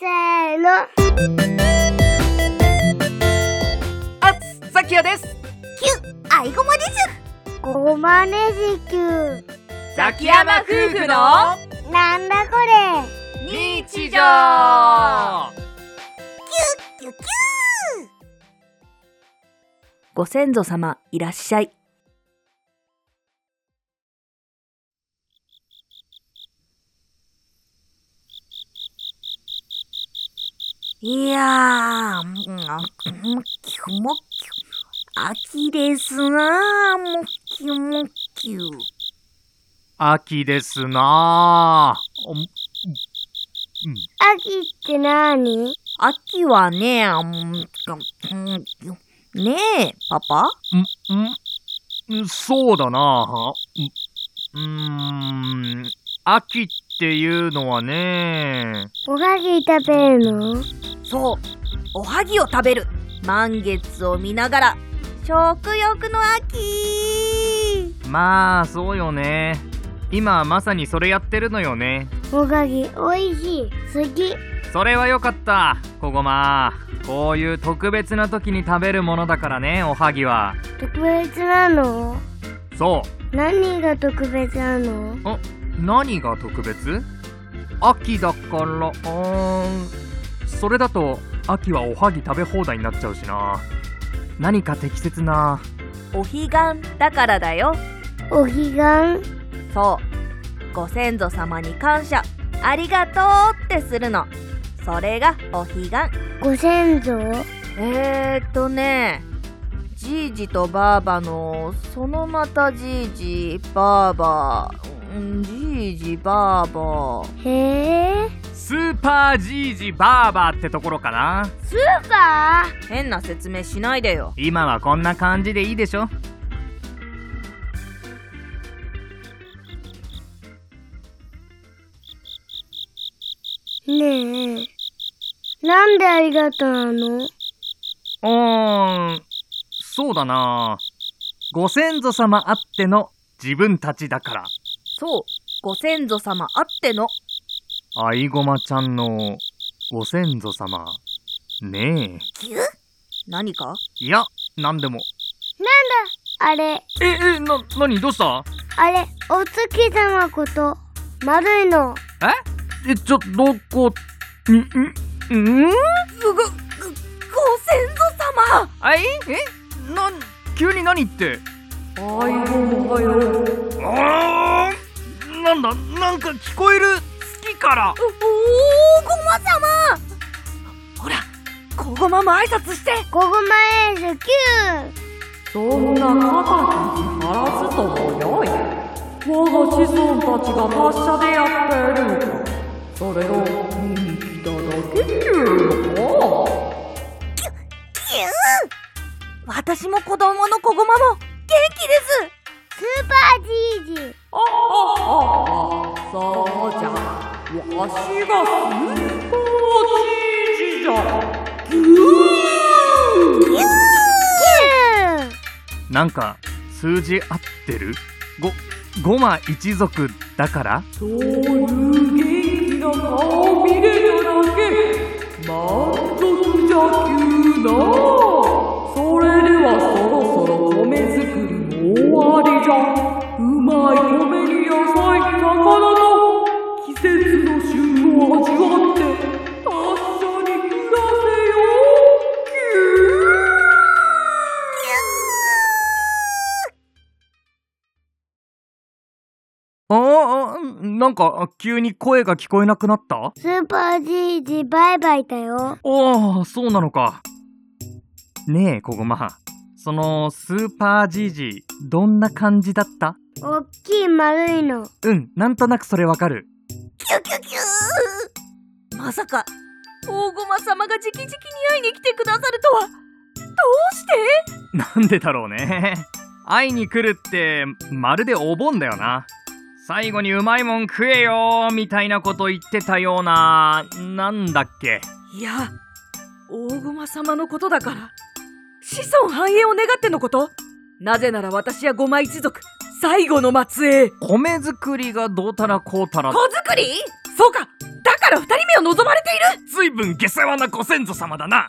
のあつさきやですキューアイゴマですごまねじきゅうザキヤマ夫婦のなんだこれ日常キュキュキュご先祖様いらっしゃい。いやー、もう、キュもキュ。秋ですなあもっきゅもっきゅ。秋ですなぁ。おん秋ってなに秋はね、あんねえ、パパんんそうだなぁ。んうーん、秋っていうのはねおはぎ食べるのそう、おはぎを食べる。満月を見ながら、食欲の秋。まあそうよね。今まさにそれやってるのよね。おはぎおいしい好きそれはよかった、こごま。こういう特別な時に食べるものだからね、おはぎは。特別なのそ何が特別なのう、何が特別秋だから、うーん。それだと、秋はおはぎ食べ放題になっちゃうしな。何か適切な。お彼岸だからだよ。お彼岸そう、ご先祖様に感謝、ありがとうってするの。それがお彼岸。ご先祖えーっとね、じいじとばあばの、そのまたじいじ、ばあば、うんじいじ、ばあば。へえスーパージージバーバーってところかな。パパ変な説明しないでよ。今はこんな感じでいいでしょねえなんでありがとうなのうーん、そうだな。ご先祖様あっての自分たちだから。そう、ご先祖様あっての。アイゴマちゃんのご先祖様。ねキュ何かえ。いや、なんでも。あれえ、え、な、なに、どうしたあれお月様こと丸いのええ、ちょ、どこ、ん、ん、んご、ご、ご先祖様あいえな、急に何って。アイゴマよ。あーんなんだ、なんか聞こえる。月から。お、おー、ごま様ほら、こごまも挨拶してここまでキューそんな肩肘張らずともよい我が子孫たちが達者でやっているのかそれを見に来ただけっていうのかキュ私も子供のこごまも元気ですスーパージージーああああそうじゃわしがスーパーじいじじゃキューなんか、数字合ってるご、ゴマ一族だからそういう元気な顔を見れるだけ満足じゃきゅうなそれではそろそろ米作りも終わりじゃうまい米に野菜魚と季節の旬を味わって達者に暮らせよきゅうああ、なんか、急に声が聞こえなくなったスーパージージーバイバイだよ。ああ、そうなのか。ねえ、こごま。その、スーパージージー、どんな感じだったおっきい丸いの。うん、なんとなくそれわかる。キュキュキュまさか、大駒様が直々に会いに来てくださるとは、どうして なんでだろうね。会いに来るって、まるでお盆だよな。最後にうまいもん食えよみたいなこと言ってたような、なんだっけ。いや、大駒様のことだから、子孫繁栄を願ってのことなぜなら私やごま一族、最後の末裔。米 作りがどうたらこうたら子作りそうかだから二人目を望まれているつ随分下世話なご先祖様だな